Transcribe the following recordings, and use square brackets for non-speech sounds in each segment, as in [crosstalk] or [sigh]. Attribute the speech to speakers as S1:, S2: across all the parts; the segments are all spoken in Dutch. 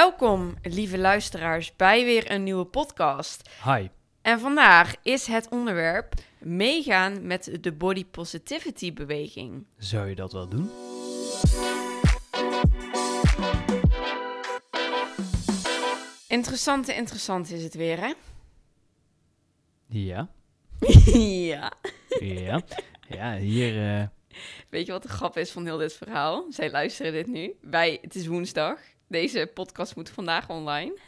S1: Welkom, lieve luisteraars, bij weer een nieuwe podcast.
S2: Hi.
S1: En vandaag is het onderwerp meegaan met de body positivity beweging.
S2: Zou je dat wel doen?
S1: Interessante, interessant is het weer, hè?
S2: Ja.
S1: ja.
S2: Ja. Ja, hier. eh,
S1: Weet je wat de grap is van heel dit verhaal? Zij luisteren dit nu. Wij, het is woensdag. Deze podcast moet vandaag online.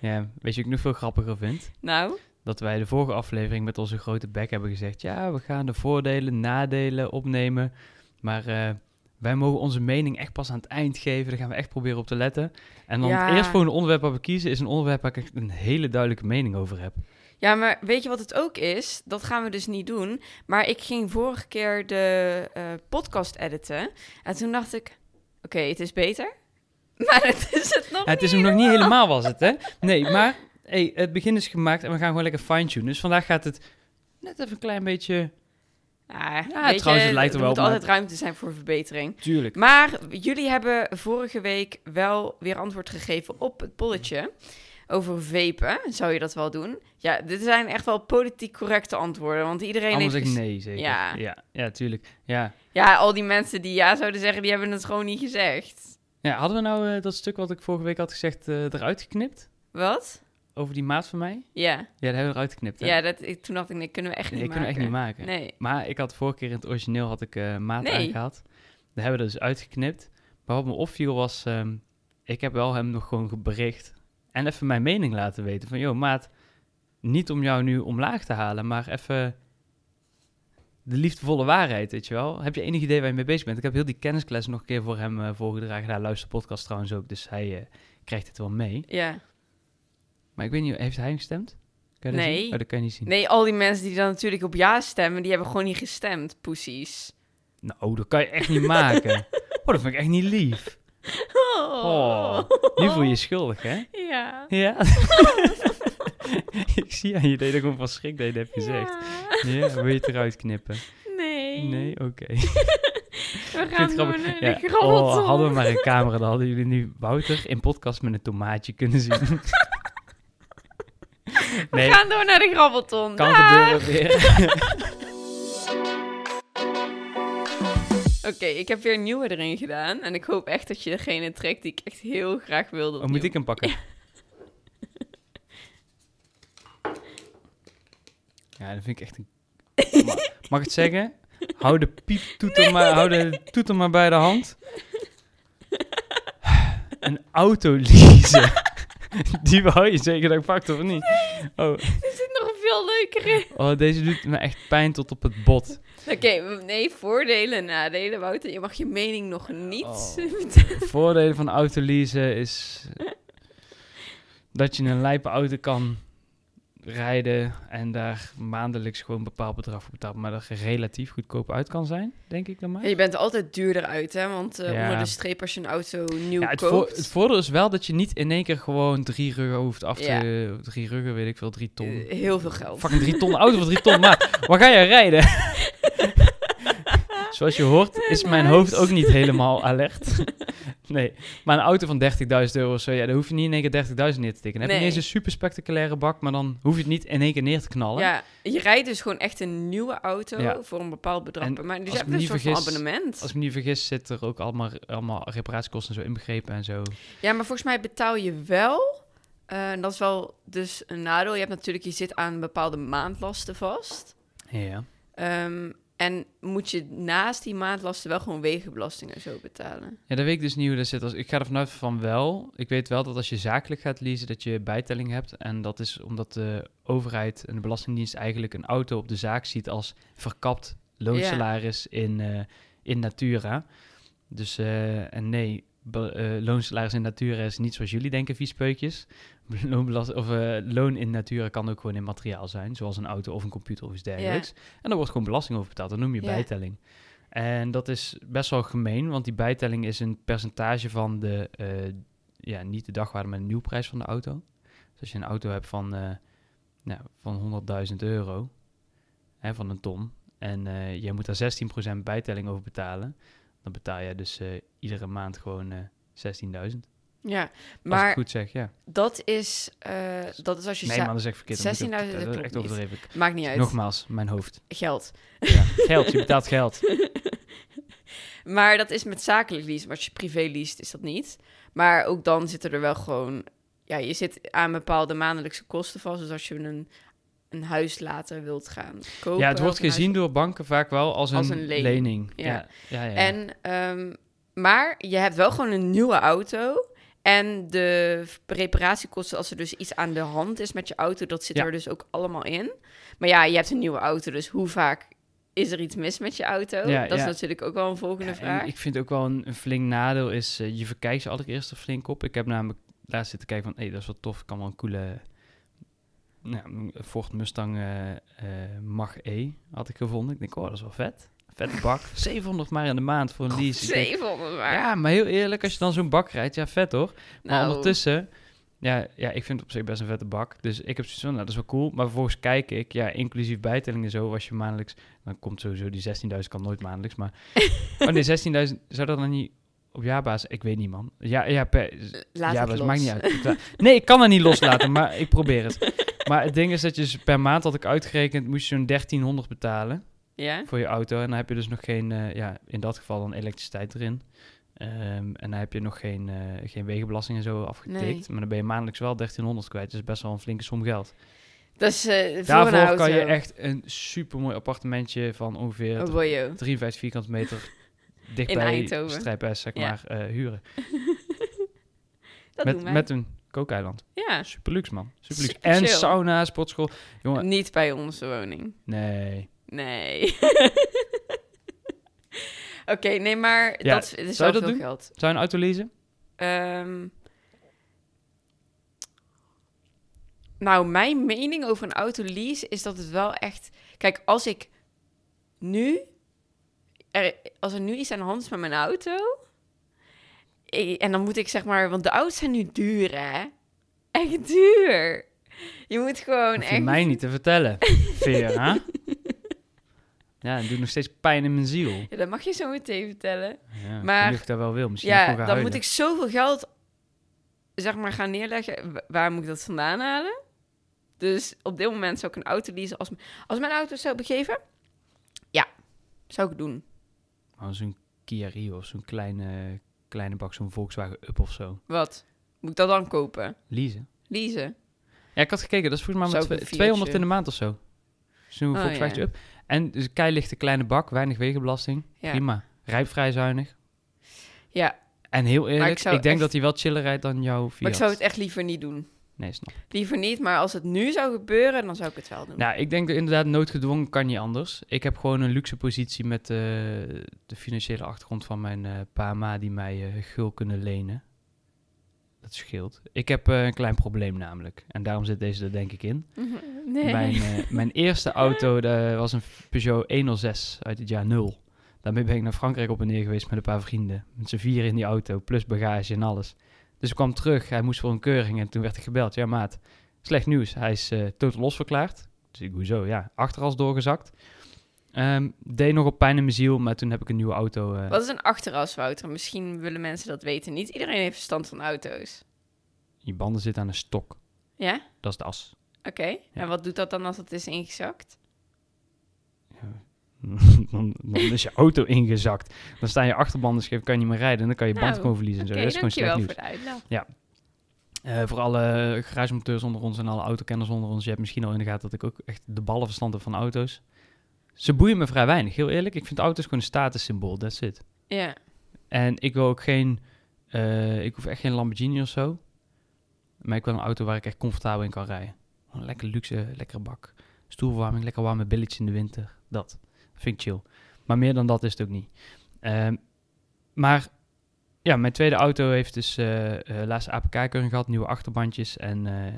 S2: ja, weet je, wat ik nog veel grappiger vind.
S1: Nou,
S2: Dat wij de vorige aflevering met onze grote bek hebben gezegd: ja, we gaan de voordelen, nadelen opnemen. Maar eh, wij mogen onze mening echt pas aan het eind geven. Daar gaan we echt proberen op te letten. En dan
S1: Ja.
S2: het eerstvolgende onderwerp waar we kiezen is een onderwerp waar ik echt een hele duidelijke mening over heb.
S1: Ja, maar weet je wat het ook is? Dat gaan we dus niet doen. Maar ik ging vorige keer de eh, podcast editen. En toen dacht ik, oké, het is beter. [laughs] Maar het is het nog
S2: Ja, het is hem nog niet helemaal, was het, hè? Nee, maar hey, het begin is gemaakt en we gaan gewoon lekker fine-tunen. Dus vandaag gaat het net even een klein beetje.
S1: Ah,
S2: Ja,
S1: weet
S2: trouwens,
S1: je,
S2: het lijkt
S1: er
S2: er
S1: moet
S2: wel op, maar-
S1: altijd ruimte zijn voor verbetering.
S2: Tuurlijk.
S1: Maar jullie hebben vorige week wel weer antwoord gegeven op het polletje over vepen. Zou je dat wel doen? Ja, dit zijn echt wel politiek correcte antwoorden. Want iedereen
S2: Allemaal
S1: heeft...
S2: zeggen
S1: ges-
S2: nee, zeker.
S1: Ja.
S2: ja, ja, tuurlijk. Ja.
S1: Ja, al die mensen die ja zouden zeggen, die hebben het gewoon niet gezegd.
S2: ja, hadden we nou eh, dat stuk wat ik vorige week had gezegd eh, eruit geknipt?
S1: Wat?
S2: Over die maat van mij?
S1: Ja.
S2: Ja, dat hebben we eruit geknipt, hè?
S1: Ja, dat, ik, toen dacht ik, nee, kunnen we echt
S2: nee,
S1: niet
S2: kunnen we
S1: maken.
S2: echt niet maken.
S1: Nee.
S2: Maar ik had vorige keer in het origineel had ik eh, maat
S1: Nee.
S2: aangehaald. Dat hebben we dus uitgeknipt. Maar wat me opviel was, ehm, ik heb wel hem nog gewoon gebericht. En even mijn mening laten weten van, joh maat, niet om jou nu omlaag te halen, maar even de liefdevolle waarheid, weet je wel. Heb je enig idee waar je mee bezig bent? Ik heb heel die kenniskles nog een keer voor hem eh, voorgedragen. Daar luistert de podcast trouwens ook, dus hij eh, krijgt het wel mee.
S1: Ja.
S2: Maar ik weet niet, heeft hij gestemd? Kan je dat
S1: Nee.
S2: zien? Oh, dat kan je niet zien.
S1: Nee, al die mensen die dan natuurlijk op ja stemmen, die hebben gewoon niet gestemd, poesies.
S2: Nou, dat kan je echt niet
S1: [laughs]
S2: maken. Oh, dat vind ik echt niet lief. Oh, nu voel je je schuldig, hè?
S1: Ja.
S2: Ja. ik zie aan je dat je er gewoon van schrik dat je dat hebt [laughs] gezegd.
S1: Ja.
S2: Ja, wil je het eruit knippen?
S1: Nee.
S2: Nee, oké. [laughs]
S1: We
S2: Ik vind
S1: gaan
S2: het
S1: gewoon
S2: grappig.
S1: een
S2: Ja,
S1: ja.
S2: Oh, hadden we maar een camera, dan hadden jullie nu Wouter in podcast met een tomaatje kunnen [laughs] zien. nee,
S1: We gaan door naar de grabbelton. Ah.
S2: kan
S1: Daag.
S2: gebeuren weer.
S1: Oké, ik heb weer een nieuwe erin gedaan. En ik hoop echt dat je degene trekt die ik echt heel graag wilde
S2: Oh, moet
S1: opnieuw.
S2: ik hem pakken? Ja, dat vind ik echt een... Ma- Mag ik het zeggen? Hou de pieptoeter maar, hou de toeter maar bij de hand. Een auto leasen. [laughs] Die wou je zeker dat ik pakte, of niet? Oh,
S1: Er zit nog een veel leuker in.
S2: oh, deze doet me echt pijn tot op het bot.
S1: Oké, nee, voordelen en nadelen, Wouter. Je mag je mening nog niet
S2: Oh.
S1: [laughs] vertellen.
S2: [laughs] voordelen van auto leasen is dat je een lijpe auto kan rijden en daar maandelijks gewoon een bepaald bedrag voor betaalt, maar dat je relatief goedkoop uit kan zijn, denk ik dan maar.
S1: Ja, je bent er altijd duurder uit, hè? Want eh,
S2: Ja.
S1: onder de streep als je een auto nieuw
S2: Ja, het, vo-
S1: koopt...
S2: het voordeel is wel dat je niet in één keer gewoon drie ruggen hoeft af te... Drie ruggen, weet ik veel, drie ton.
S1: eh, heel veel geld.
S2: Oh. Fucking drie ton auto voor drie ton, maar waar ga jij rijden?
S1: [laughs]
S2: Zoals je hoort is mijn hoofd ook niet helemaal alert. [laughs] Nee, maar een auto van 30.000 euro of zo, ja, daar hoef je niet in één keer 30.000 neer te tikken. Dan heb je
S1: Nee.
S2: niet eens een super spectaculaire bak, maar dan hoef je het niet in één keer neer te knallen.
S1: Ja, je rijdt dus gewoon echt een nieuwe auto
S2: Ja.
S1: voor een bepaald bedrag.
S2: En
S1: per maand. dus je
S2: als
S1: hebt
S2: ik
S1: een
S2: me
S1: soort
S2: niet
S1: van
S2: vergis,
S1: abonnement.
S2: Als ik me niet vergis zit er ook allemaal, allemaal reparatiekosten en zo inbegrepen en zo.
S1: Ja, maar volgens mij betaal je wel... eh, en dat is wel dus een nadeel. Je hebt natuurlijk, je zit aan bepaalde maandlasten vast.
S2: Ja.
S1: Ehm, en moet je naast die maandlasten wel gewoon wegenbelasting en zo betalen.
S2: Ja, dat weet ik dus niet hoe dat zit. Als, ik ga er vanuit van wel. Ik weet wel dat als je zakelijk gaat leasen, dat je bijtelling hebt. En dat is omdat de overheid en de Belastingdienst eigenlijk een auto op de zaak ziet als verkapt loonsalaris in, eh, in natura. Dus eh, en nee, be- eh, loonsalaris in natura is niet zoals jullie denken, [laughs] viespeukjes. Loonbelast of eh, loon in natura kan ook gewoon in materiaal zijn, zoals een auto of een computer of iets dergelijks. En daar wordt gewoon belasting over betaald. Dat noem je
S1: Ja.
S2: bijtelling. En dat is best wel gemeen, want die bijtelling is een percentage van de, eh, ja, niet de dagwaarde, maar de nieuwprijs van de auto. Dus als je een auto hebt van, eh, nou, van 100.000 euro, hè, van een ton, en eh je moet daar 16% bijtelling over betalen, dan betaal je dus eh, iedere maand gewoon eh, 16.000.
S1: Ja,
S2: Als ik het
S1: maar
S2: goed zeg, ja.
S1: dat is, eh, dat is als je...
S2: Nee,
S1: za-
S2: maar dat is echt verkeerd. Dan moet ik-
S1: 16.000,
S2: dat
S1: dat
S2: is
S1: klopt
S2: echt
S1: niet.
S2: overdreven. Ik-
S1: Maakt niet uit.
S2: Nogmaals, mijn hoofd.
S1: Geld.
S2: Ja. Geld, je betaalt geld.
S1: Maar dat is met zakelijk lease. Maar als je privé leest, is dat niet. Maar ook dan zitten er wel gewoon... Ja, je zit aan bepaalde maandelijkse kosten vast. Dus als je een, een huis later wilt gaan kopen...
S2: Ja, het
S1: of
S2: wordt
S1: een huis-
S2: gezien door banken vaak wel als een,
S1: eh, Als een lening.
S2: lening.
S1: Ja.
S2: Ja. Ja, ja, ja.
S1: En, ehm, maar je hebt wel gewoon een nieuwe auto. En de reparatiekosten, als er dus iets aan de hand is met je auto, dat zit
S2: Ja.
S1: er dus ook allemaal in. Maar ja, je hebt een nieuwe auto, dus hoe vaak is er iets mis met je auto?
S2: Ja,
S1: dat is
S2: ja.
S1: natuurlijk ook wel een volgende
S2: Ja, en
S1: vraag.
S2: ik vind ook wel een, een flink nadeel is, eh, je verkijkt ze allereerst er flink op. Ik heb namelijk laatst zitten kijken van, hé, dat is wel tof. Ik kan wel een coole nou, Ford Mustang eh eh Mach E had ik gevonden. Ik denk, oh, dat is wel vet. Vette bak. [laughs] 700 maar in de maand voor een lease. Ik denk,
S1: 700 maar.
S2: ja, maar heel eerlijk, als je dan zo'n bak rijdt, ja, vet hoor. Maar
S1: Nou,
S2: ondertussen, ja, ja, ik vind het op zich best een vette bak. Dus ik heb zoiets van, nou, dat is wel cool. Maar vervolgens kijk ik, ja, inclusief bijtelling en zo, was je maandelijks... Dan komt sowieso die 16.000, kan nooit maandelijks,
S1: [laughs]
S2: maar... oh nee, 16.000, zou dat dan niet op jaarbasis? Ik weet niet, man. Ja, ja, per...
S1: laat het
S2: jaarbasis,
S1: los.
S2: maakt niet uit. Ik la- Nee, ik kan dat niet loslaten, maar ik probeer het.
S1: [laughs]
S2: Maar het ding is dat je dus per maand, had ik uitgerekend, moest je zo'n 1300 betalen
S1: Ja?
S2: voor je auto. En dan heb je dus nog geen, eh, ja, in dat geval dan elektriciteit erin. Ehm, en dan heb je nog geen, eh, geen wegenbelasting en zo afgetikt.
S1: Nee.
S2: Maar dan ben je maandelijks wel 1300 kwijt. Dus best wel een flinke som geld.
S1: Dus eh, voor een
S2: Daarvoor
S1: auto.
S2: kan je echt een supermooi appartementje van ongeveer
S1: Oh, boy, joh.
S2: 53 vierkante
S1: [laughs]
S2: meter
S1: In
S2: dichtbij
S1: Eindhoven.
S2: Strijpes, zeg
S1: Ja.
S2: maar, eh, huren.
S1: Dat
S2: met,
S1: doen wij.
S2: met een kookeiland.
S1: ja.
S2: Super luxe, man. Super luxe.
S1: Super
S2: en
S1: chill.
S2: sauna, sportschool. Jongen,
S1: Niet bij onze woning.
S2: nee.
S1: Nee. [laughs] Oké, nee, maar
S2: Ja,
S1: dat is- het is wel veel
S2: zou je dat doen?
S1: geld.
S2: Zou je een auto leasen?
S1: Ehm, nou, mijn mening over een auto lease is dat het wel echt. Kijk, als ik nu. Er, als er nu iets aan de hand is met mijn auto. i- En dan moet ik zeg maar. Want de auto's zijn nu duur, hè? Echt duur. Je moet gewoon
S2: Hoef je
S1: echt.
S2: mij niet te vertellen, Vera.
S1: [laughs]
S2: ja, het doet nog steeds pijn in mijn ziel.
S1: Ja, dat mag je zo meteen vertellen.
S2: Ja,
S1: Maar-
S2: maar... Ik dat wel wil, misschien
S1: ja,
S2: gewoon
S1: dan
S2: gaan
S1: moet ik
S2: huilen.
S1: zoveel geld zeg maar gaan neerleggen. Wa- Waar moet ik dat vandaan halen? Dus op dit moment zou ik een auto leasen. Als, m- als mijn auto zou begeven, ja, zou ik doen.
S2: Oh, zo'n Kia Rio of zo'n kleine, kleine bak, zo'n Volkswagen Up of zo.
S1: Wat? Moet ik dat dan kopen?
S2: Leasen.
S1: Leasen?
S2: Ja, ik had gekeken, dat is volgens mij
S1: Zou
S2: maar
S1: ik een
S2: twe-
S1: Fiatje?
S2: 200 in de maand of zo. Zo'n
S1: Oh,
S2: Volkswagen
S1: ja.
S2: Up. En dus een keilichte kleine bak, weinig wegenbelasting.
S1: Ja.
S2: Prima. Rijdt vrij zuinig.
S1: ja.
S2: En heel eerlijk,
S1: ik
S2: ik,
S1: zou
S2: denk
S1: echt-
S2: dat hij wel chiller rijdt dan jouw Fiat.
S1: Maar ik zou het echt liever niet doen.
S2: Nee, snap. ik.
S1: Liever niet, maar als het nu zou gebeuren, dan zou ik het wel doen.
S2: Nou, ik denk dat inderdaad noodgedwongen kan niet anders. Ik heb gewoon een luxe positie met eh, de financiële achtergrond van mijn eh pa en ma die mij eh, gul kunnen lenen. Dat scheelt. Ik heb eh, een klein probleem namelijk. En daarom zit deze er denk ik in.
S1: Mhm. nee.
S2: Mijn,
S1: [laughs]
S2: eh, mijn eerste auto dat was een Peugeot 106 uit het jaar 0. Daarmee ben ik naar Frankrijk op en neer geweest met een paar vrienden. Met z'n vier in die auto, plus bagage en alles. Dus ik kwam terug, hij moest voor een keuring en toen werd ik gebeld. Ja maat, slecht nieuws, hij is eh totaal losverklaard. Dus ik, hoezo? Ja, achteras doorgezakt. Ehm, deed nog op pijn in mijn ziel, maar toen heb ik een nieuwe auto. eh,
S1: Wat is een achteras, Wouter? Misschien willen mensen dat weten. Niet iedereen heeft verstand van auto's.
S2: je banden zitten aan een stok,
S1: Ja?
S2: dat is de as. [laughs]
S1: Oké. En wat doet dat dan als het is ingezakt?
S2: dan, dan is je auto ingezakt. Dan staan je achterbanden scheef, kan je niet meer rijden. En dan kan je band
S1: Nou,
S2: gewoon verliezen en zo.
S1: Oké,
S2: dat is gewoon slecht
S1: dankjewel
S2: nieuws.
S1: voor de uitleg.
S2: Eh, voor alle garagemonteurs onder ons en alle autokenners onder ons. Je hebt misschien al in de gaten dat ik ook echt de ballen verstand heb van auto's. Ze boeien me vrij weinig, heel eerlijk. Ik vind auto's gewoon een statussymbool, that's it.
S1: Ja,
S2: En ik wil ook geen... eh, ik hoef echt geen Lamborghini of zo. Maar ik wil een auto waar ik echt comfortabel in kan rijden. Een lekker luxe, lekkere bak. Stoelverwarming, lekker warme billetjes in de winter. Dat. Vind ik chill. Maar meer dan dat is het ook niet. Ehm, maar ja, mijn tweede auto heeft dus eh eh laatste APK-keuring gehad. Nieuwe achterbandjes. En eh,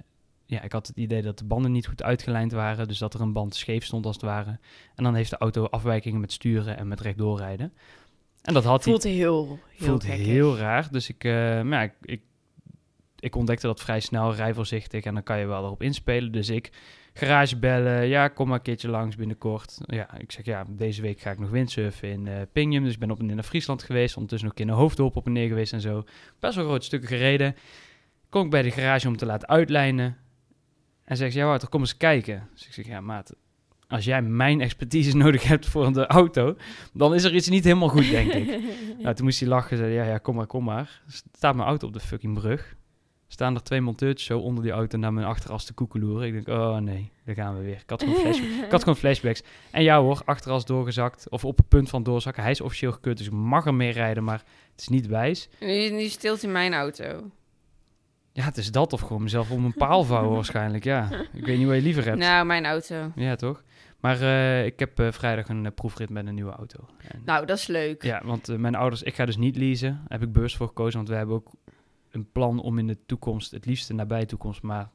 S2: ja, ik had het idee dat de banden niet goed uitgelijnd waren. Dus dat er een band scheef stond als het ware. En dan heeft de auto afwijkingen met sturen en met rechtdoorrijden. En dat had hij
S1: voelt heel, heel
S2: voelt
S1: gekkig.
S2: heel raar. Dus ik, eh, maar ja, ik, ik, ik ontdekte dat vrij snel, rij voorzichtig en dan kan je wel erop inspelen. Dus ik garage bellen, ja, kom maar een keertje langs binnenkort. Ja, ik zeg ja, deze week ga ik nog windsurfen in eh Pingium. Dus ik ben op en neer naar Friesland geweest, ondertussen ook in de Hoofddorp op en neer geweest en zo. Best wel grote stukken gereden. Kom ik bij de garage om te laten uitlijnen. En zegt ze, ja Wouter, kom eens kijken. Dus ik zeg, ja maat, als jij mijn expertise [laughs] nodig hebt voor de auto, dan is er iets niet helemaal goed, denk ik. Nou, toen moest hij lachen. Zei, ja, ja, kom maar, kom maar. Staat mijn auto op de fucking brug. Staan er twee monteurtjes zo onder die auto naar mijn achteras te koekeloeren. Ik denk, oh nee, daar gaan we weer. Ik had gewoon, flash, ik had gewoon flashbacks. En ja hoor, achteras doorgezakt. Of op het punt van doorzakken. Hij is officieel gekut, dus ik mag er meer rijden. Maar het is niet wijs.
S1: Nu, nu steelt hij mijn auto.
S2: Ja, het is dat. Of gewoon mezelf om een paal vouwen waarschijnlijk. Ja, ik weet niet wat je liever hebt.
S1: Nou, mijn auto.
S2: Ja, toch? Maar eh, ik heb eh, vrijdag een eh, proefrit met een nieuwe auto. En-
S1: Nou, dat is leuk.
S2: Ja, want eh, mijn ouders, ik ga dus niet leasen. Daar heb ik bewust voor gekozen, want we hebben ook een plan om in de toekomst, het liefst de nabije toekomst, maar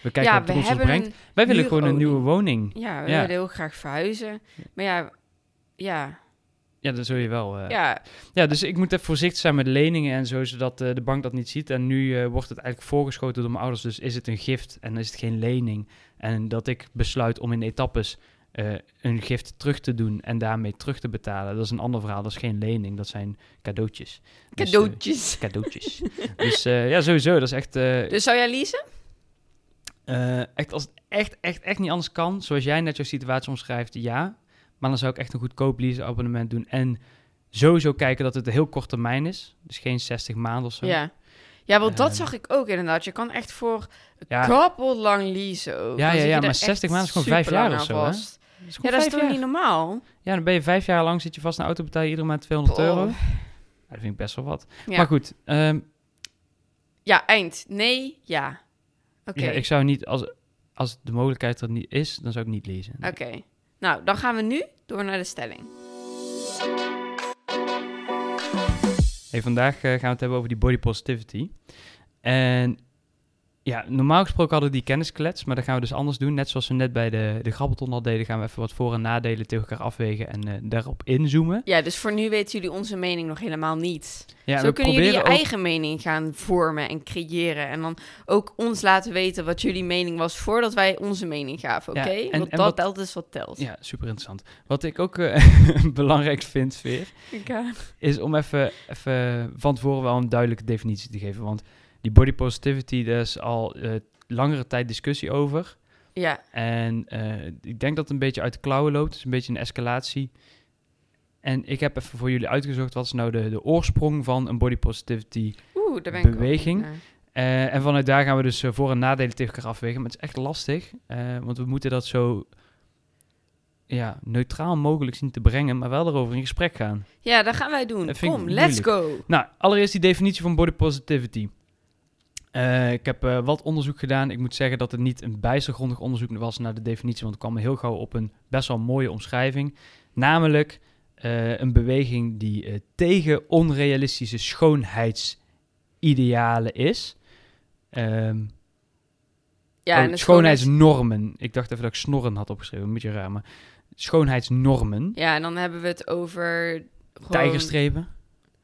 S2: we kijken
S1: Ja,
S2: wat de toekomst ons brengt.
S1: een-
S2: Wij willen gewoon een
S1: huurolie.
S2: nieuwe woning.
S1: ja, we
S2: Ja.
S1: willen heel graag verhuizen. Maar ja, ja,
S2: Ja, dat zul je wel. eh. Ja.
S1: ja,
S2: dus ik moet even voorzichtig zijn met leningen en zo, zodat eh, de bank dat niet ziet. En nu eh, wordt het eigenlijk voorgeschoten door mijn ouders, dus is het een gift en is het geen lening. En dat ik besluit om in etappes eh, een gift terug te doen en daarmee terug te betalen, dat is een ander verhaal. Dat is geen lening, dat zijn cadeautjes. Dus, eh,
S1: cadeautjes.
S2: cadeautjes. dus eh, ja, sowieso. Dat is echt, eh,
S1: Dus zou jij leasen?
S2: eh, echt als het echt, echt, echt niet anders kan. Zoals jij net jouw situatie omschrijft, ja. Maar dan zou ik echt een goedkoop lease abonnement doen. En sowieso kijken dat het een heel kort termijn is. Dus geen 60 maanden of zo.
S1: Ja. Ja, want dat
S2: Eh.
S1: zag ik ook inderdaad. Je kan echt voor
S2: Ja.
S1: koppel lang leasen ook. Dan
S2: Ja, ja,
S1: zit je
S2: ja,
S1: daar
S2: maar
S1: echt
S2: 60 maanden is gewoon vijf
S1: superlang
S2: jaar of
S1: aan
S2: zo, hè?
S1: vast.
S2: Dat is
S1: Ja,
S2: gewoon
S1: dat is
S2: vijf
S1: toch
S2: jaar.
S1: niet normaal?
S2: Ja, dan ben je vijf jaar lang zit je vast een auto betaal je iedere maand 200
S1: Boah.
S2: euro. Ja, dat vind ik best wel wat.
S1: Ja.
S2: Maar goed, ehm,
S1: Ja, eind. Nee, ja. Oké.
S2: ja, ik zou niet, als, als de mogelijkheid er niet is, dan zou ik niet lezen.
S1: Oké. Nou, dan gaan we nu door naar de stelling.
S2: Hey, vandaag eh, gaan we het hebben over die body positivity. En ja, normaal gesproken hadden we die kennisklets, maar dat gaan we dus anders doen. Net zoals we net bij de, de grabbelton al deden, gaan we even wat voor- en nadelen tegen elkaar afwegen en eh, daarop inzoomen.
S1: Ja, dus voor nu weten jullie onze mening nog helemaal niet.
S2: Ja,
S1: Zo kunnen jullie je eigen mening gaan vormen en creëren. En dan ook ons laten weten wat jullie mening was voordat wij onze mening gaven,
S2: Ja,
S1: oké?
S2: en-
S1: Want
S2: en
S1: dat
S2: wat-
S1: telt dus wat telt.
S2: Ja, super interessant. Wat ik ook eh, [laughs] belangrijk vind, Veer,
S1: Ik, eh,
S2: is om even, even van tevoren wel een duidelijke definitie te geven. Want die body positivity, daar is al eh, langere tijd discussie over.
S1: ja.
S2: En eh, ik denk dat het een beetje uit de klauwen loopt. Het is een beetje een escalatie. En ik heb even voor jullie uitgezocht wat is nou de, de oorsprong van een body positivity.
S1: Oeh, daar ben ik ook
S2: Beweging.
S1: naar.
S2: Eh, en vanuit daar gaan we dus eh, voor- en nadelen tegen elkaar afwegen. Maar het is echt lastig, eh, want we moeten dat zo ja, neutraal mogelijk zien te brengen, maar wel erover in gesprek gaan.
S1: Ja, dat gaan wij doen.
S2: Dat vind ik
S1: Kom, let's go.
S2: Nou, allereerst die definitie van body positivity. Eh, ik heb eh, wat onderzoek gedaan. Ik moet zeggen dat het niet een bijster grondig onderzoek was naar de definitie, want ik kwam heel gauw op een best wel mooie omschrijving. Namelijk eh, een beweging die eh, tegen onrealistische schoonheidsidealen is. Ehm,
S1: Ja,
S2: oh,
S1: en de schoonheids-
S2: schoonheidsnormen. Ik dacht even dat ik snorren had opgeschreven, een beetje raar, maar schoonheidsnormen.
S1: Ja, en dan hebben we het over... Gewoon...
S2: Tijgerstrepen,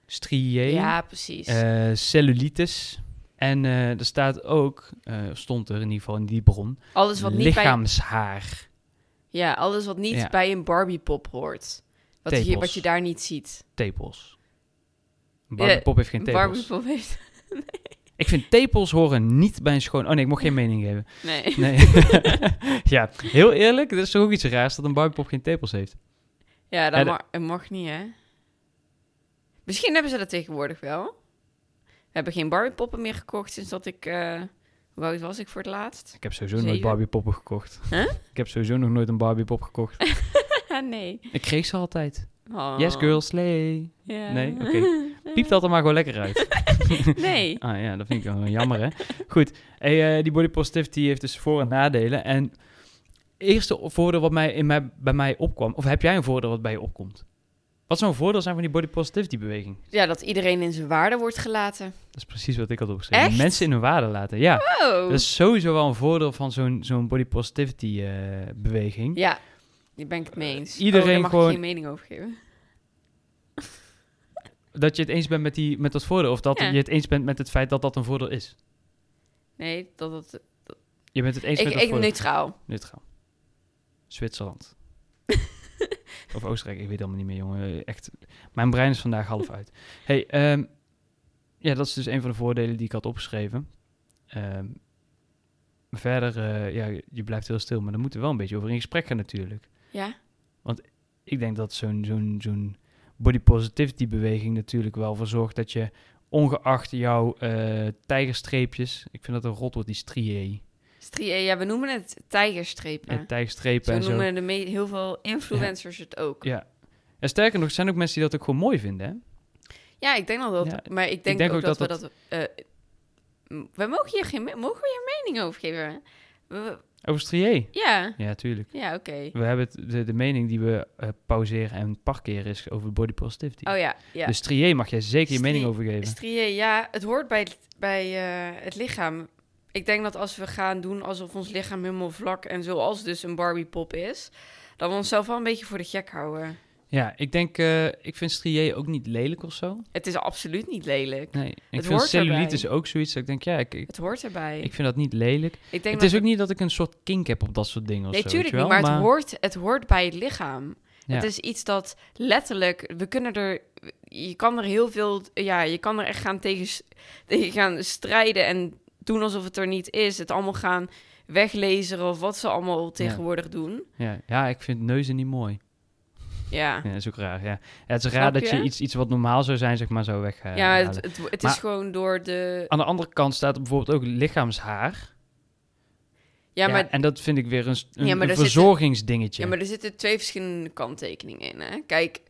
S2: strié.
S1: Ja, precies.
S2: Eh, cellulitis. En eh, er staat ook, eh, stond er in ieder geval in die bron,
S1: alles wat niet bij...
S2: lichaamshaar.
S1: Ja, alles wat niet
S2: Ja.
S1: bij een Barbiepop hoort. Wat je,
S2: Tepels.
S1: wat je daar niet ziet.
S2: Tepels. Een Barbiepop heeft geen
S1: Een
S2: tepels.
S1: Barbiepop heeft... [laughs]
S2: Ik vind tepels horen niet bij een schoon... Oh nee, ik mocht
S1: [laughs]
S2: geen mening geven.
S1: Nee.
S2: Nee. [laughs] ja, heel eerlijk, dat is toch ook iets raars dat een Barbiepop geen tepels heeft.
S1: Ja, dat,
S2: Ja, dat-
S1: ma- dat mag niet, hè? Misschien hebben ze dat tegenwoordig wel. We hebben geen Barbiepoppen meer gekocht sinds dat ik... eh, hoe oud was ik voor het [laughs] laatst?
S2: Ik heb sowieso nooit
S1: Zeker.
S2: Barbiepoppen gekocht.
S1: Huh?
S2: Ik heb sowieso nog nooit een Barbiepop
S1: [laughs]
S2: gekocht.
S1: Ah, nee.
S2: ik kreeg ze altijd.
S1: Oh.
S2: Yes, girl, slay.
S1: Ja.
S2: Nee, oké. Piept dat er maar gewoon lekker uit.
S1: [laughs] nee.
S2: Ah ja, dat vind ik wel jammer, hè? Goed, hey, eh, die body positivity heeft dus voor- en nadelen. En eerste voordeel wat mij in mij, bij mij opkwam... Of heb jij een voordeel wat bij je opkomt? Wat zou een voordeel zijn van die body positivity beweging?
S1: Ja, dat iedereen in zijn waarde wordt gelaten.
S2: Dat is precies wat ik had opgeschreven.
S1: Echt?
S2: Mensen in hun waarde laten, ja.
S1: Oh.
S2: Dat is sowieso wel een voordeel van zo'n zo'n body positivity eh, beweging.
S1: Ja, die ben ik het mee eens.
S2: Eh, iedereen
S1: Oh, daar mag
S2: gewoon-
S1: ik geen mening over geven.
S2: Dat je het eens bent met, die, met dat voordeel. Of dat
S1: Ja.
S2: je het eens bent met het feit dat dat een voordeel is.
S1: Nee, dat het...
S2: Je bent het eens
S1: Ik,
S2: met of
S1: ik
S2: voor-
S1: neutraal.
S2: neutraal.
S1: [laughs]
S2: Zwitserland. of Oostenrijk, ik weet het allemaal niet meer, jongen. Echt, mijn brein is vandaag half uit. hey, ehm, ja, dat is dus een van de voordelen die ik had opgeschreven. Ehm, maar verder, eh, ja, je blijft heel stil, maar dan moeten we wel een beetje over in gesprek gaan natuurlijk.
S1: Ja.
S2: Ik denk dat zo'n zo'n zo'n body positivity beweging natuurlijk wel voor zorgt dat je ongeacht jouw eh, tijgerstreepjes, ik vind dat een rot wordt die strié,
S1: Strie, eh, ja, we noemen het tijgerstrepen.
S2: eh, tijgerstrepen
S1: zo
S2: en zo.
S1: noemen de me- heel veel influencers het ook.
S2: Ja. En sterker nog, er zijn ook mensen die dat ook gewoon mooi vinden, hè?
S1: Ja, ik denk dat dat...
S2: Ja,
S1: maar ik denk, ook, dat, we dat... eh, m- we mogen hier geen... me- Mogen we hier mening over geven? We-
S2: Over strié.
S1: ja.
S2: Ja, tuurlijk.
S1: Ja, oké.
S2: We hebben het, de, de mening die we eh, pauzeren en parkeren is over body positivity.
S1: Oh ja, ja.
S2: Dus strié mag jij zeker je
S1: Strié-
S2: mening over geven.
S1: Strié, ja, het hoort bij, het- bij eh, het lichaam. Ik denk dat als we gaan doen alsof ons lichaam helemaal vlak en zoals dus een Barbie-pop is, dat we onszelf wel een beetje voor de gek houden.
S2: Ja, ik denk, eh, ik vind strié ook niet lelijk of zo.
S1: Het is absoluut niet lelijk.
S2: Nee, ik
S1: Het
S2: vind
S1: hoort
S2: cellulite
S1: erbij.
S2: is ook zoiets. dat ik denk, ja, ik, ik,
S1: Het hoort erbij.
S2: ik vind dat niet lelijk.
S1: ik denk
S2: Het
S1: dat
S2: is ook niet dat ik een soort kink heb op dat soort dingen of
S1: Nee,
S2: zo.
S1: tuurlijk
S2: weet
S1: niet,
S2: je
S1: maar,
S2: wel?
S1: Het, hoort, het hoort bij het lichaam.
S2: Ja.
S1: Het is iets dat letterlijk, we kunnen er, je kan er heel veel, ja, je kan er echt gaan tegen, s- tegen gaan strijden en doen alsof het er niet is. Het allemaal gaan weglezen of wat ze allemaal tegenwoordig doen.
S2: ja, ja, ik vind neuzen niet mooi.
S1: Ja,
S2: Ja, dat is ook raar, ja. ja het is
S1: Snap
S2: raar dat je
S1: je?
S2: iets, iets wat normaal zou zijn, zeg maar, zo weg eh,
S1: ja
S2: halen.
S1: het, het, het is
S2: Maar-
S1: gewoon door de,
S2: Aan de andere kant staat er bijvoorbeeld ook lichaamshaar.
S1: ja,
S2: Ja,
S1: maar,
S2: en dat vind ik weer een, s- een,
S1: Ja, maar
S2: een
S1: daar zit-
S2: verzorgingsdingetje.
S1: ja, maar er zitten twee verschillende kanttekeningen in. Hè? Kijk,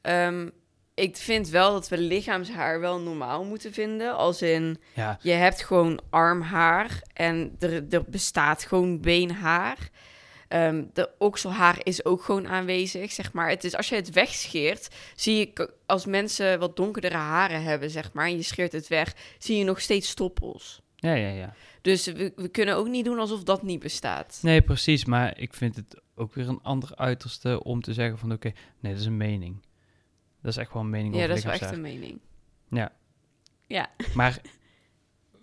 S1: ehm, ik vind wel dat we lichaamshaar wel normaal moeten vinden, als in...
S2: Ja,
S1: Je hebt gewoon armhaar en er, er bestaat gewoon beenhaar. Ehm, de okselhaar is ook gewoon aanwezig, zeg maar. Het is, als je het wegscheert, zie je k- als mensen wat donkerdere haren hebben, zeg maar, en je scheert het weg, zie je nog steeds stoppels.
S2: ja, ja, ja.
S1: Dus we, we kunnen ook niet doen alsof dat niet bestaat.
S2: Nee, precies. Maar ik vind het ook weer een ander uiterste om te zeggen van... Oké, nee, dat is een mening. Dat is echt wel een mening
S1: ja,
S2: over
S1: dat is wel echt
S2: lichaamshaar.
S1: een mening.
S2: Maar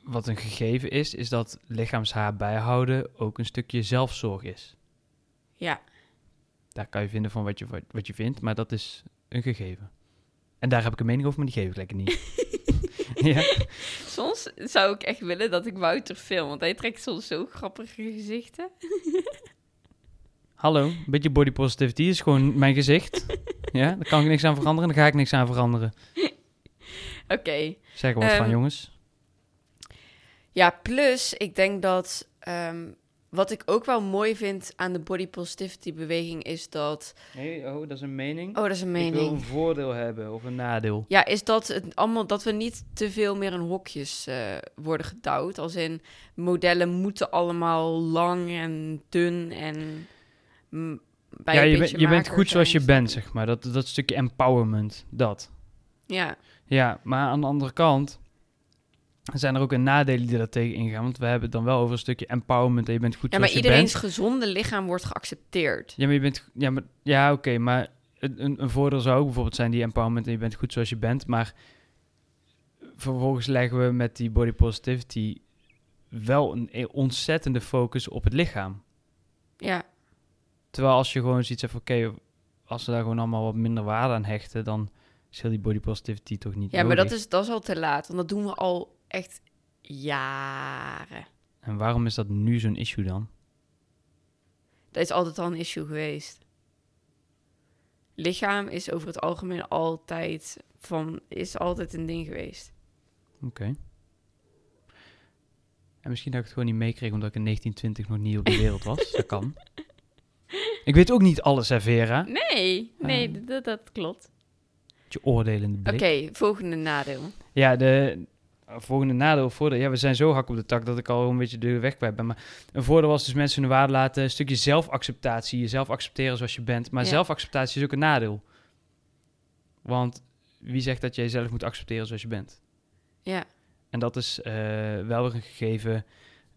S2: wat een gegeven is, is dat lichaamshaar bijhouden ook een stukje zelfzorg is.
S1: Ja,
S2: Daar kan je vinden van wat je, wat, wat je vindt, maar dat is een gegeven. En daar heb ik een mening over, maar die geef ik
S1: [laughs]
S2: lekker niet. ja.
S1: soms zou ik echt willen dat ik Wouter film, want hij trekt soms zo grappige gezichten.
S2: Hallo, een beetje body positivity is gewoon mijn
S1: [laughs]
S2: gezicht. ja, daar kan ik niks aan veranderen, daar ga ik niks aan veranderen.
S1: Oké,
S2: Zeg er wat van,
S1: Ehm,
S2: jongens.
S1: Ja, plus ik denk dat ehm, wat ik ook wel mooi vind aan de body positivity beweging is dat.
S2: Nee, oh, dat is een mening.
S1: Oh, dat is een
S2: Ik wil een
S1: mening.
S2: voordeel hebben of een nadeel.
S1: Ja, is dat het allemaal dat we niet te veel meer in hokjes eh, worden gedouwd. Als in modellen moeten allemaal lang en dun en. mm, bij
S2: ja,
S1: een
S2: je,
S1: beetje
S2: bent- je bent
S1: mager
S2: goed zoals je
S1: zijn.
S2: bent, zeg maar. Dat, dat stukje empowerment, dat.
S1: Ja,
S2: Ja, maar aan de andere kant zijn er ook een nadelen die daar tegen ingaan. Want we hebben het dan wel over een stukje empowerment en je bent goed
S1: ja maar
S2: zoals je
S1: iedereen's
S2: bent.
S1: gezonde lichaam wordt geaccepteerd.
S2: Ja, maar je bent... Ja, maar, ja oké, maar een, een- een voordeel zou ook bijvoorbeeld zijn die empowerment en je bent goed zoals je bent. Maar vervolgens leggen we met die body positivity wel een e- ontzettende focus op het lichaam.
S1: Ja,
S2: Terwijl als je gewoon zoiets hebt van, oké, als we daar gewoon allemaal wat minder waarde aan hechten, dan is heel die body positivity toch niet
S1: ja maar dat
S2: nodig.
S1: is, dat is al te laat, want dat doen we al echt jaren.
S2: En waarom is dat nu zo'n issue dan?
S1: Dat is altijd al een issue geweest. Lichaam is over het algemeen altijd van is altijd een ding geweest.
S2: En misschien dat ik het gewoon niet meekreeg omdat ik in 1920 nog niet op de wereld was. dat
S1: [laughs]
S2: kan. Ik weet ook niet alles, hè, Vera.
S1: Nee, nee,
S2: Ah.
S1: d- dat, dat klopt.
S2: Met Je oordelende blik.
S1: Oké, volgende nadeel.
S2: Ja, de eh, volgende nadeel of voordeel. Ja, we zijn zo hak op de tak dat ik al een beetje de weg kwijt ben. Maar een voordeel was dus mensen hun waarde laten. Een stukje zelfacceptatie. Jezelf accepteren zoals je bent. Maar
S1: Ja.
S2: zelfacceptatie is ook een nadeel. Want wie zegt dat jij jezelf moet accepteren zoals je bent?
S1: Ja.
S2: En dat is eh, wel weer een gegeven.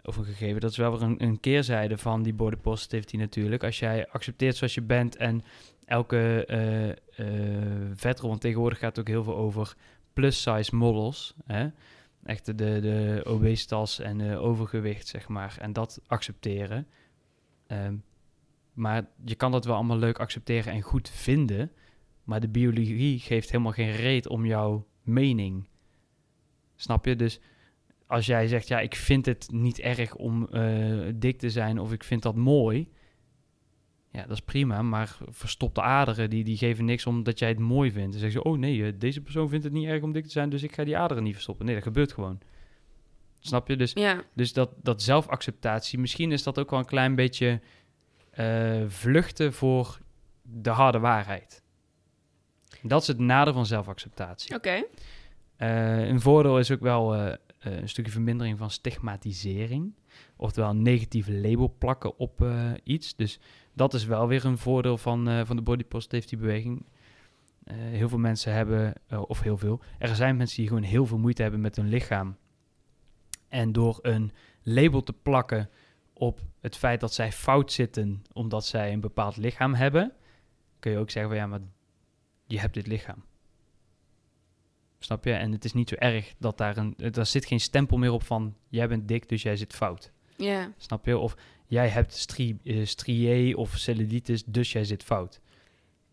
S2: Of een gegeven, dat is wel weer een, een keerzijde van die body positivity natuurlijk. Als jij accepteert zoals je bent en elke eh eh vetrol, want tegenwoordig gaat het ook heel veel over plus size models. Hè? Echt de, de obesitas en de overgewicht, zeg maar. En dat accepteren. Ehm, maar je kan dat wel allemaal leuk accepteren en goed vinden. Maar de biologie geeft helemaal geen reet om jouw mening. Snap je? Dus als jij zegt, ja, ik vind het niet erg om eh, dik te zijn of ik vind dat mooi. Ja, dat is prima, maar verstopte aderen, die, die geven niks omdat jij het mooi vindt. Dan zeg je, oh nee, eh, deze persoon vindt het niet erg om dik te zijn, dus ik ga die aderen niet verstoppen. Nee, dat gebeurt gewoon. Snap je? Dus
S1: Ja,
S2: dus dat, dat zelfacceptatie, misschien is dat ook wel een klein beetje eh, vluchten voor de harde waarheid. Dat is het nadeel van zelfacceptatie.
S1: oké.
S2: Eh, een voordeel is ook wel eh, eh, een stukje vermindering van stigmatisering. Oftewel een negatief label plakken op eh, iets. Dus dat is wel weer een voordeel van, eh, van de body positivity beweging. Eh, heel veel mensen hebben, eh, of heel veel, er zijn mensen die gewoon heel veel moeite hebben met hun lichaam. En door een label te plakken op het feit dat zij fout zitten omdat zij een bepaald lichaam hebben, kun je ook zeggen van ja, maar je hebt dit lichaam. Snap je? En het is niet zo erg dat daar een. Daar zit geen stempel meer op van. Jij bent dik, dus jij zit fout.
S1: Ja,
S2: Snap je? Of jij hebt stri, eh, strié of cellulitis, dus jij zit fout.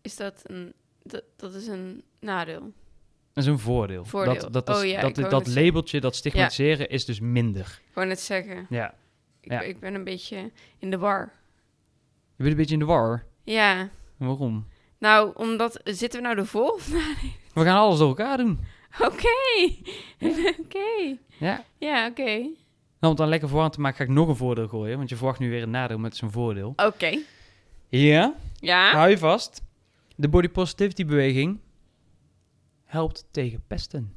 S1: is dat een... Dat, dat is een nadeel.
S2: Dat is een voordeel.
S1: Voordeel.
S2: Dat, dat, is-
S1: Oh ja,
S2: dat,
S1: ik wou
S2: dat,
S1: net zeggen.
S2: labeltje, dat stigmatiseren, is dus minder.
S1: Ik wou net zeggen.
S2: Ja.
S1: Ik,
S2: Ja.
S1: ik ben een beetje in de war.
S2: Je bent een beetje in de war.
S1: Ja.
S2: Waarom?
S1: Nou, omdat... Zitten we nou de vol? [laughs] Oké.
S2: We gaan alles door elkaar doen.
S1: [laughs] oké.
S2: Ja.
S1: Ja, oké.
S2: Nou, om het dan lekker verwarrend te maken, ga ik nog een voordeel gooien. Want je verwacht nu weer een nadeel, maar het is een voordeel.
S1: Oké.
S2: Ja.
S1: Ja.
S2: Hou je vast. De body positivity beweging helpt tegen pesten.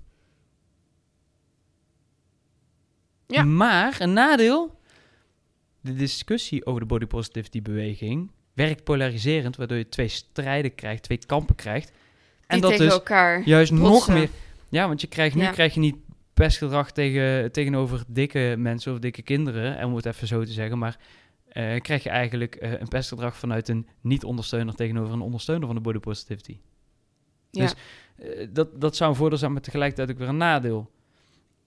S1: Ja.
S2: Maar een nadeel. De discussie over de body positivity beweging werkt polariserend, waardoor je twee strijden krijgt, twee kampen krijgt.
S1: Die
S2: dat dus
S1: tegen
S2: is
S1: elkaar.
S2: juist nog
S1: botsen.
S2: meer. Ja, want je krijgt, nu
S1: Ja.
S2: krijg je niet pestgedrag tegen, tegenover dikke mensen of dikke kinderen, en om het even zo te zeggen, maar eh, krijg je eigenlijk eh, een pestgedrag vanuit een niet-ondersteuner tegenover een ondersteuner van de body positivity.
S1: Ja.
S2: Dus eh, dat, dat zou een voordeel zijn, maar tegelijkertijd ook weer een nadeel.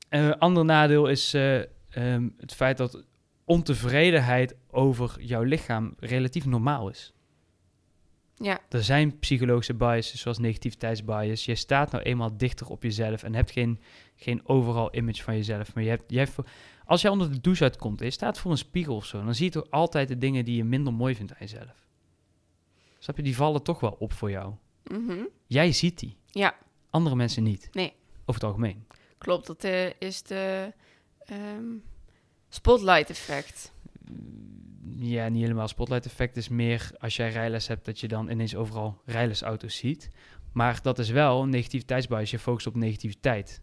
S2: Eh, Een ander nadeel is eh, ehm, het feit dat ontevredenheid over jouw lichaam relatief normaal is.
S1: Ja.
S2: Er zijn psychologische biases, zoals negativiteitsbias. Je staat nou eenmaal dichter op jezelf en hebt geen, geen overal image van jezelf. Maar je hebt, je hebt, voor- als jij onder de douche uitkomt en je staat voor een spiegel of zo, dan zie je toch altijd de dingen die je minder mooi vindt aan jezelf. Snap je? Die vallen toch wel op voor jou.
S1: Mhm.
S2: Jij ziet die.
S1: Ja.
S2: Andere mensen niet.
S1: Nee.
S2: Over het algemeen.
S1: Klopt, dat eh, is de ehm, spotlight effect.
S2: Ja, niet helemaal. Spotlight effect is meer als jij rijles hebt, dat je dan ineens overal rijlesauto's ziet. Maar dat is wel een negativiteitsbias. Je focust op negativiteit.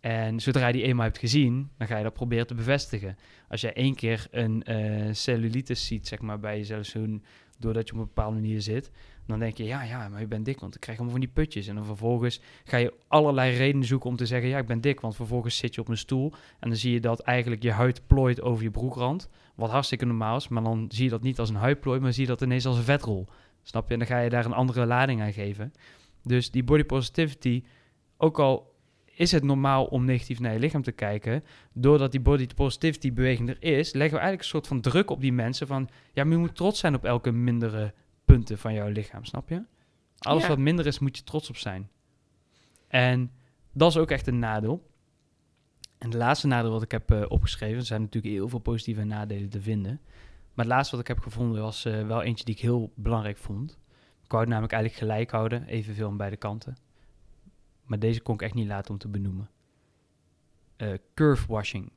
S2: En zodra je die eenmaal hebt gezien, dan ga je dat proberen te bevestigen. Als jij één keer een eh cellulitis ziet, zeg maar, bij jezelf, zo'n, doordat je op een bepaalde manier zit, dan denk je, ja, ja, maar je bent dik, want ik krijg allemaal van die putjes. En dan vervolgens ga je allerlei redenen zoeken om te zeggen, ja, ik ben dik, want vervolgens zit je op een stoel en dan zie je dat eigenlijk je huid plooit over je broekrand, wat hartstikke normaal is, maar dan zie je dat niet als een huidplooi, maar zie je dat ineens als een vetrol. Snap je? En dan ga je daar een andere lading aan geven. Dus die body positivity, ook al is het normaal om negatief naar je lichaam te kijken, doordat die body positivity beweging er is, leggen we eigenlijk een soort van druk op die mensen van, ja, maar je moet trots zijn op elke mindere punten van jouw lichaam, snap je? Alles
S1: Ja.
S2: wat minder is, moet je trots op zijn. En dat is ook echt een nadeel. En het laatste nadeel wat ik heb eh, opgeschreven, er zijn natuurlijk heel veel positieve nadelen te vinden. Maar het laatste wat ik heb gevonden was eh, wel eentje die ik heel belangrijk vond. Ik wou het namelijk eigenlijk gelijk houden, evenveel aan beide kanten. Maar deze kon ik echt niet laten om te benoemen. Eh, curve washing.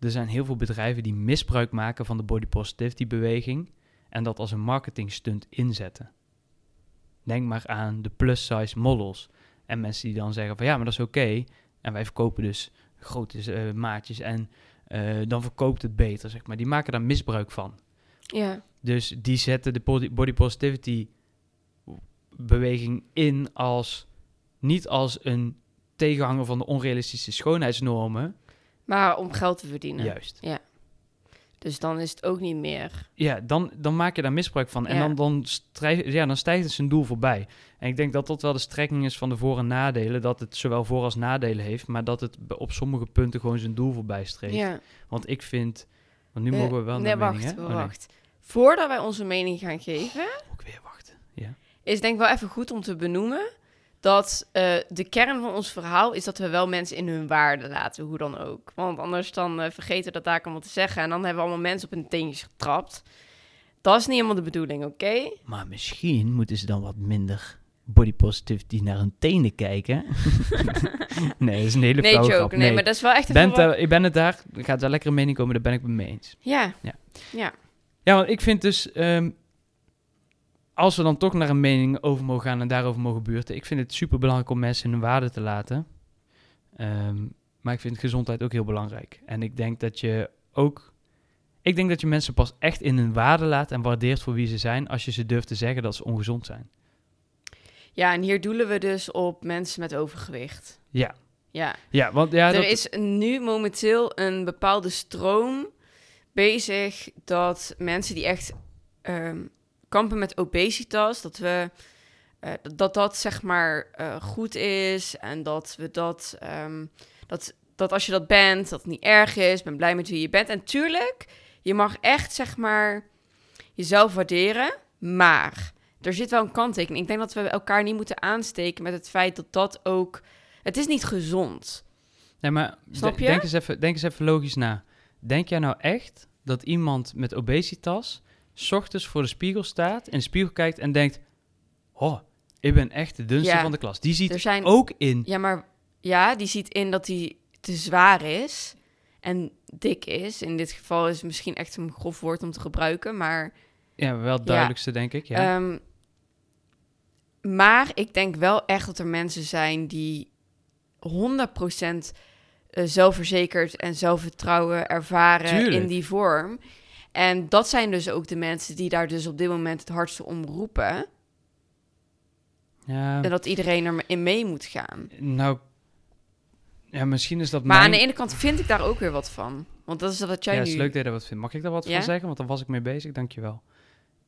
S2: Er zijn heel veel bedrijven die misbruik maken van de body positivity beweging en dat als een marketing stunt inzetten. Denk maar aan de plus size models en mensen die dan zeggen van ja, maar dat is oké. En wij verkopen dus grote eh, maatjes en eh, dan verkoopt het beter, zeg maar. Die maken daar misbruik van.
S1: Ja,
S2: Dus die zetten de body, body positivity beweging in als niet als een tegenhanger van de onrealistische schoonheidsnormen.
S1: maar om geld te verdienen.
S2: Juist.
S1: Ja. Dus dan is het ook niet meer.
S2: Ja, dan, dan maak je daar misbruik van. En
S1: Ja.
S2: dan, dan, strij- ja, dan stijgt het zijn doel voorbij. En ik denk dat dat wel de strekking is van de voor- en nadelen. Dat het zowel voor- als nadelen heeft. Maar dat het be- op sommige punten gewoon zijn doel voorbij streeft.
S1: Ja.
S2: Want ik vind... Want nu mogen we wel
S1: Eh,
S2: naar
S1: nee,
S2: mening,
S1: wacht,
S2: hè? Oh, nee.
S1: wacht. Voordat wij onze mening gaan geven,
S2: Ook weer wachten.
S1: is denk ik wel even goed om te benoemen dat eh, de kern van ons verhaal is dat we wel mensen in hun waarde laten, hoe dan ook. Want anders dan eh, vergeten we dat daar kan wat te zeggen en dan hebben we allemaal mensen op hun teentjes getrapt. Dat is niet helemaal de bedoeling, oké?
S2: Maar misschien moeten ze dan wat minder body positivity naar hun tenen
S1: [laughs]
S2: kijken. nee, dat is een hele
S1: Nee,
S2: flauwe
S1: joke.
S2: grap. eh,
S1: Nee. maar dat is wel echt een
S2: ben het,
S1: verwar-
S2: daar- ik ben het daar. Er gaat wel lekker een mening komen, daar ben ik het mee eens.
S1: Ja.
S2: Ja, want ik vind dus... ehm, als we dan toch naar een mening over mogen gaan en daarover mogen buurten... Ik vind het superbelangrijk om mensen hun waarde te laten. Ehm, maar ik vind gezondheid ook heel belangrijk. En ik denk dat je ook... Ik denk dat je mensen pas echt in hun waarde laat en waardeert voor wie ze zijn... als je ze durft te zeggen dat ze ongezond zijn.
S1: ja, en hier doelen we dus op mensen met overgewicht.
S2: Ja.
S1: Ja.
S2: Ja, want ja,
S1: er
S2: dat,
S1: is nu momenteel een bepaalde stroom bezig dat mensen die echt ehm, kampen met obesitas, dat we eh, dat dat zeg maar eh, goed is en dat we dat, ehm, dat dat als je dat bent, dat het niet erg is. Ben blij met wie je bent. En tuurlijk, je mag echt zeg maar jezelf waarderen, maar er zit wel een kanttekening. Ik denk dat we elkaar niet moeten aansteken met het feit dat dat ook het is niet gezond.
S2: nee, maar
S1: Snap
S2: de-
S1: je?
S2: Denk, eens even, denk eens even logisch na. Denk jij nou echt dat iemand met obesitas... S ochtends voor de spiegel staat, in de spiegel kijkt en denkt... Oh, ik ben echt de dunste
S1: Ja.
S2: van de klas. Die ziet
S1: Er zijn-
S2: ook in.
S1: Ja, maar ja, die ziet in dat hij te zwaar is en dik is. In dit geval is het misschien echt een grof woord om te gebruiken, maar.
S2: Ja, wel het duidelijkste, denk ik. Ja.
S1: ehm, maar ik denk wel echt dat er mensen zijn die 100% eh, zelfverzekerd en zelfvertrouwen ervaren
S2: Tuurlijk.
S1: in die vorm. En dat zijn dus ook de mensen die daar dus op dit moment het hardste om roepen.
S2: ja,
S1: En dat iedereen erin mee moet gaan.
S2: nou... Ja, misschien is dat
S1: Maar aan
S2: mijn...
S1: de ene kant vind ik daar ook weer wat van. Want dat is wat jij
S2: ja,
S1: nu...
S2: is leuk dat je daar wat vindt. Mag ik daar wat
S1: Ja?
S2: van zeggen? Want dan was ik mee bezig, dankjewel.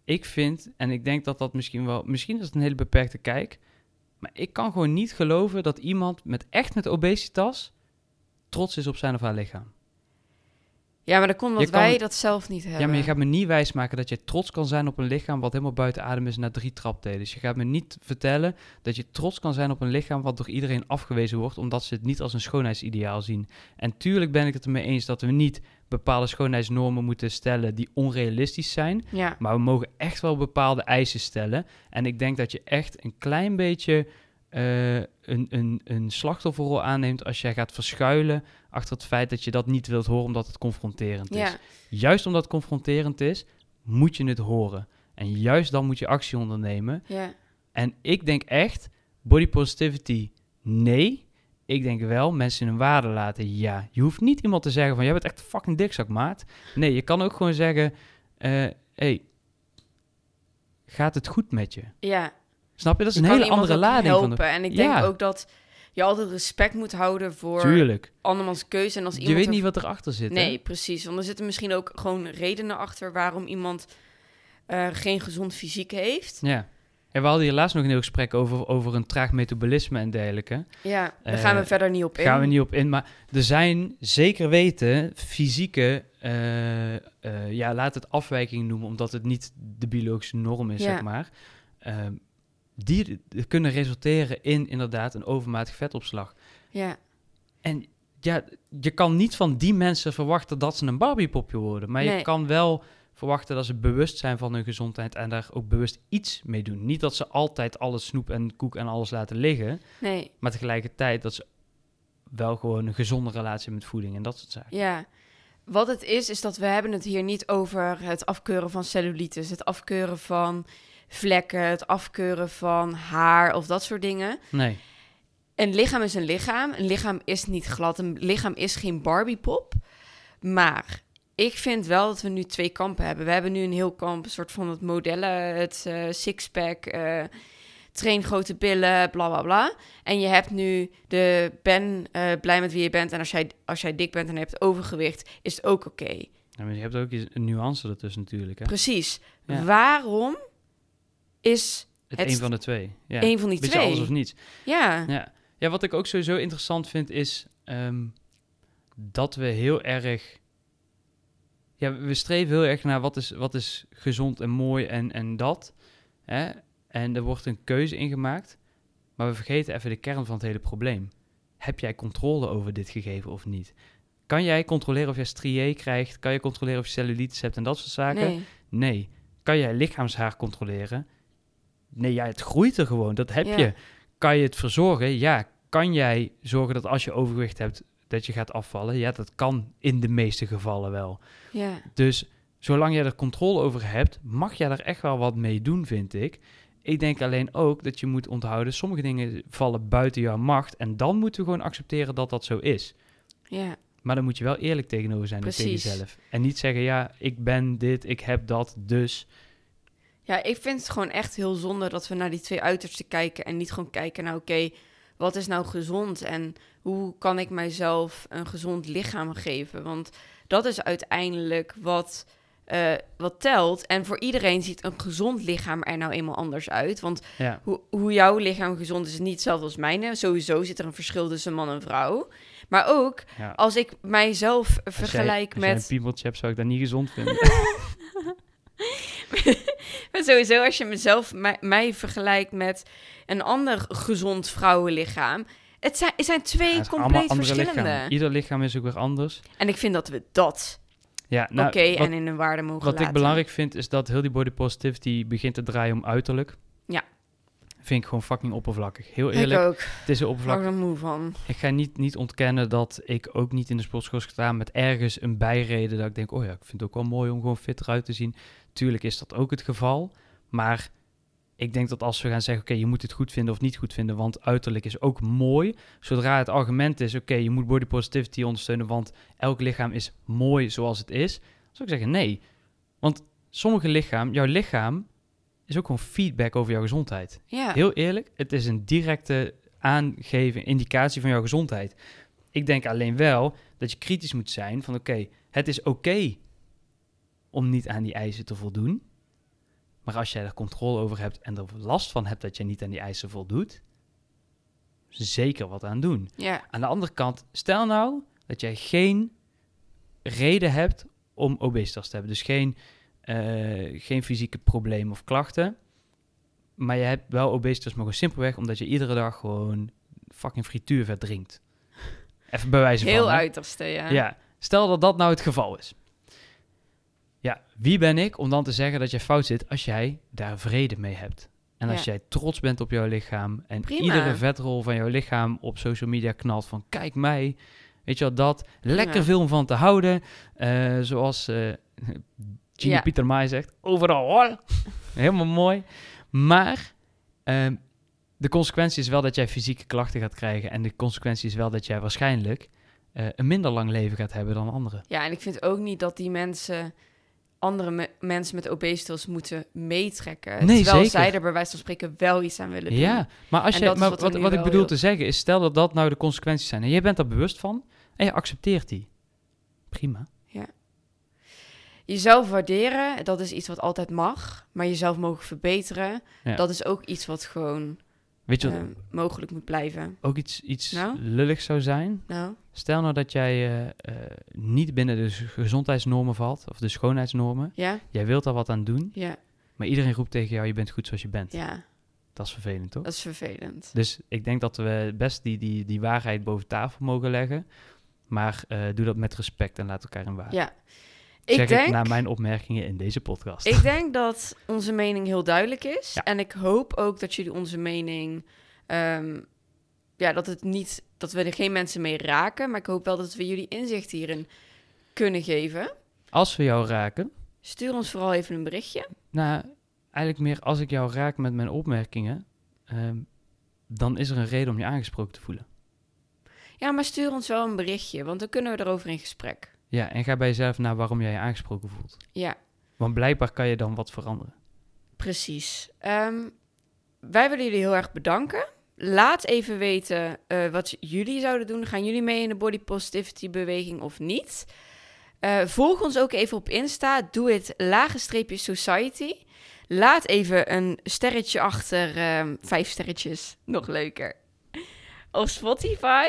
S2: Ik vind, en ik denk dat dat misschien wel... Misschien is het een hele beperkte kijk. Maar ik kan gewoon niet geloven dat iemand met echt met obesitas... trots is op zijn of haar lichaam.
S1: Ja, maar dat komt omdat
S2: Je kan-
S1: wij dat zelf niet hebben.
S2: Ja, maar je gaat me niet wijsmaken dat je trots kan zijn op een lichaam... wat helemaal buiten adem is na drie trapdelen. Dus je gaat me niet vertellen dat je trots kan zijn op een lichaam... wat door iedereen afgewezen wordt... omdat ze het niet als een schoonheidsideaal zien. En tuurlijk ben ik het ermee eens dat we niet... bepaalde schoonheidsnormen moeten stellen die onrealistisch zijn...
S1: Ja.
S2: Maar we mogen echt wel bepaalde eisen stellen. En ik denk dat je echt een klein beetje eh, een, een, een slachtofferrol aanneemt als jij gaat verschuilen achter het feit dat je dat niet wilt horen omdat het confronterend
S1: Ja.
S2: is. Juist omdat het confronterend is, moet je het horen. En juist dan moet je actie ondernemen.
S1: ja.
S2: En ik denk echt, body positivity, nee. Ik denk wel, mensen in hun waarde laten, ja. Je hoeft niet iemand te zeggen van, jij bent echt een fucking dikzak, maat. Nee, je kan ook gewoon zeggen, hé, hey, gaat het goed met je?
S1: ja. Dus
S2: Snap je? Dat is
S1: Je
S2: een
S1: kan
S2: hele
S1: iemand
S2: andere
S1: ook
S2: lading van
S1: helpen.
S2: de...
S1: En ik denk
S2: Ja.
S1: ook dat je altijd respect moet houden voor
S2: Tuurlijk.
S1: andermans keuze. En als
S2: Je
S1: iemand
S2: weet
S1: er-
S2: niet wat erachter zit, hè?
S1: Nee, precies. Want er zitten misschien ook gewoon redenen achter waarom iemand eh, geen gezond fysiek heeft.
S2: Ja. En we hadden hier laatst nog een heel gesprek over, over een traag metabolisme en dergelijke.
S1: Ja, daar
S2: Eh,
S1: gaan we verder niet op in.
S2: Gaan we niet op in. Maar er zijn zeker weten fysieke, eh, eh, ja, laat het afwijking noemen, omdat het niet de biologische norm is,
S1: Ja.
S2: zeg maar. Ehm, die d- kunnen resulteren in inderdaad een overmatig vetopslag.
S1: Ja.
S2: En ja, je kan niet van die mensen verwachten dat ze een Barbiepopje worden. Maar
S1: Nee.
S2: je kan wel verwachten dat ze bewust zijn van hun gezondheid en daar ook bewust iets mee doen. Niet dat ze altijd alle snoep en koek en alles laten liggen.
S1: Nee.
S2: Maar tegelijkertijd dat ze wel gewoon een gezonde relatie met voeding en dat soort zaken.
S1: Ja. Wat het is, is dat we hebben het hier niet over het afkeuren van cellulitis, het afkeuren van vlekken, het afkeuren van haar of dat soort dingen.
S2: Nee.
S1: Een lichaam is een lichaam. Een lichaam is niet glad. Een lichaam is geen Barbiepop. Maar ik vind wel dat we nu twee kampen hebben. We hebben nu een heel kamp, een soort van het modellen, het eh, sixpack, eh, train grote billen, bla bla bla. En je hebt nu de ben eh, blij met wie je bent. En als jij, als jij dik bent en je hebt overgewicht, is het ook oké.
S2: Ja, Nou, maar je hebt ook iets- een nuance ertussen natuurlijk. Hè?
S1: Precies.
S2: Ja.
S1: Waarom is
S2: Het,
S1: het-
S2: een van de twee. Ja.
S1: één van die
S2: Beetje
S1: twee?
S2: alles of niets.
S1: Ja.
S2: Ja. ja, wat ik ook sowieso interessant vind is ehm, dat we heel erg. Ja, we streven heel erg naar wat is, wat is gezond en mooi en, en dat. Hè? En er wordt een keuze in gemaakt. Maar we vergeten even de kern van het hele probleem. Heb jij controle over dit gegeven of niet? Kan jij controleren of jij strié krijgt? Kan je controleren of je cellulitis hebt en dat soort zaken?
S1: Nee.
S2: Nee. Kan jij lichaamshaar controleren? Nee, ja, het groeit er gewoon. Dat heb
S1: Ja.
S2: je. Kan je het verzorgen? Ja. Kan jij zorgen dat als je overgewicht hebt, dat je gaat afvallen? Ja, dat kan in de meeste gevallen wel.
S1: Ja.
S2: Dus zolang jij er controle over hebt, mag jij er echt wel wat mee doen, vind ik. Ik denk alleen ook dat je moet onthouden, sommige dingen vallen buiten jouw macht. En dan moeten we gewoon accepteren dat dat zo is.
S1: Ja.
S2: Maar dan moet je wel eerlijk tegenover zijn en tegen
S1: Precies.
S2: jezelf. En niet zeggen, ja, ik ben dit, ik heb dat, dus...
S1: Ja, ik vind het gewoon echt heel zonde dat we naar die twee uitersten kijken en niet gewoon kijken naar, oké, wat is nou gezond en hoe kan ik mijzelf een gezond lichaam geven? Want dat is uiteindelijk wat, eh, wat telt. En voor iedereen ziet een gezond lichaam er nou eenmaal anders uit. Want
S2: Ja,
S1: hoe, hoe jouw lichaam gezond is, is niet hetzelfde als mijne. Sowieso zit er een verschil tussen man en vrouw. Maar ook
S2: ja.
S1: als ik mijzelf vergelijk met.
S2: als jij, Als jij een piemeltje hebt, zou ik dat niet gezond vinden.
S1: Maar sowieso, als je mezelf, mij, mij vergelijkt met een ander gezond vrouwenlichaam. Het zijn, het zijn twee
S2: Ja, het zijn allemaal
S1: compleet
S2: andere
S1: verschillende.
S2: lichamen. Ieder lichaam is ook weer anders.
S1: En ik vind dat we dat
S2: Ja, nou,
S1: oké
S2: wat,
S1: en in hun waarde mogen
S2: wat
S1: laten.
S2: ik belangrijk vind, is dat heel die body positivity begint te draaien om uiterlijk.
S1: Ja.
S2: Vind ik gewoon fucking oppervlakkig. Heel
S1: Ik
S2: eerlijk,
S1: ook.
S2: het is een
S1: Ik word
S2: oppervlakkig.
S1: er moe van.
S2: Ik ga niet, niet ontkennen dat ik ook niet in de sportschool is gedaan met ergens een bijreden dat ik denk, oh ja, ik vind het ook wel mooi om gewoon fit eruit te zien. Tuurlijk is dat ook het geval, maar ik denk dat als we gaan zeggen, oké, je moet het goed vinden of niet goed vinden, want uiterlijk is ook mooi. Zodra het argument is, oké, je moet body positivity ondersteunen, want elk lichaam is mooi zoals het is, dan zou ik zeggen nee. Want sommige lichaam, jouw lichaam, is ook gewoon feedback over jouw gezondheid.
S1: Ja.
S2: Heel eerlijk, het is een directe aangeven, indicatie van jouw gezondheid. Ik denk alleen wel dat je kritisch moet zijn van oké, het is oké om niet aan die eisen te voldoen. Maar als jij er controle over hebt en er last van hebt dat je niet aan die eisen voldoet, zeker wat aan doen.
S1: ja.
S2: Aan de andere kant, stel nou dat jij geen reden hebt om obesitas te hebben. Dus geen, eh, geen fysieke problemen of klachten. Maar je hebt wel obesitas, maar gewoon simpelweg omdat je iedere dag gewoon fucking frituurvet drinkt. Even bij wijze van.
S1: Heel
S2: hè?
S1: uiterste, ja.
S2: Ja, stel dat dat nou het geval is. Ja, wie ben ik om dan te zeggen dat je fout zit als jij daar vrede mee hebt? En als
S1: Ja.
S2: jij trots bent op jouw lichaam en
S1: Prima.
S2: iedere vetrol van jouw lichaam op social media knalt van kijk mij, weet je wat dat, lekker
S1: Ja.
S2: veel om van te houden, eh, zoals eh [laughs] Gene
S1: Ja.
S2: Pieter Maai zegt, overal
S1: [laughs]
S2: hoor. Helemaal mooi. Maar ehm, de consequentie is wel dat jij fysieke klachten gaat krijgen en de consequentie is wel dat jij waarschijnlijk eh, een minder lang leven gaat hebben dan anderen.
S1: Ja, en ik vind ook niet dat die mensen andere me- mensen met obesitas moeten meetrekken.
S2: Nee,
S1: terwijl
S2: zeker.
S1: zij er bij wijze van spreken wel iets aan willen doen.
S2: Ja, maar, als
S1: En
S2: je,
S1: dat is
S2: maar
S1: wat
S2: wat,
S1: er
S2: wat,
S1: nu
S2: ik
S1: wel
S2: bedoel
S1: heel-
S2: te zeggen is, stel dat dat nou de consequenties zijn en jij bent daar bewust van en je accepteert die. Prima.
S1: Jezelf waarderen, dat is iets wat altijd mag. Maar jezelf mogen verbeteren,
S2: Ja.
S1: dat is ook iets wat gewoon
S2: Weet je wat
S1: eh, mogelijk moet blijven.
S2: ook iets, iets
S1: Nou?
S2: lulligs zou zijn?
S1: Nou,
S2: Stel nou dat jij eh, eh, niet binnen de gezondheidsnormen valt, of de schoonheidsnormen.
S1: ja,
S2: Jij wilt daar wat aan doen,
S1: ja,
S2: maar iedereen roept tegen jou, je bent goed zoals je bent.
S1: ja,
S2: Dat is vervelend, toch?
S1: dat is vervelend.
S2: Dus ik denk dat we best die, die, die waarheid boven tafel mogen leggen. Maar eh, doe dat met respect en laat elkaar in waarde.
S1: Ja, ik
S2: zeg
S1: denk,
S2: ik na mijn opmerkingen in deze podcast.
S1: ik denk dat onze mening heel duidelijk is.
S2: Ja.
S1: En ik hoop ook dat jullie onze mening, ehm, ja, dat het niet, dat we er geen mensen mee raken. Maar ik hoop wel dat we jullie inzicht hierin kunnen geven.
S2: Als we jou raken,
S1: Stuur ons vooral even een berichtje.
S2: nou eigenlijk meer als ik jou raak met mijn opmerkingen, ehm, dan is er een reden om je aangesproken te voelen.
S1: Ja, maar stuur ons wel een berichtje, want dan kunnen we erover in gesprek.
S2: Ja, en ga bij jezelf naar waarom jij je aangesproken voelt.
S1: Ja,
S2: Want blijkbaar kan je dan wat veranderen.
S1: precies. Ehm, wij willen jullie heel erg bedanken. Laat even weten eh, wat jullie zouden doen. Gaan jullie mee in de body positivity beweging of niet? Ehm, Eh, volg ons ook even op Insta. Doe het lage streepje society. Laat even een sterretje achter. ehm, vijf sterretjes, nog leuker. Op Spotify.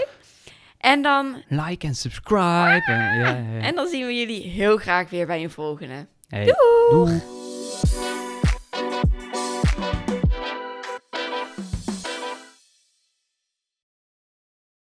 S1: En dan,
S2: Like en subscribe. En, ja, ja, ja.
S1: en dan zien we jullie heel graag weer bij een volgende.
S2: Hey,
S1: Doeg!
S2: doeg.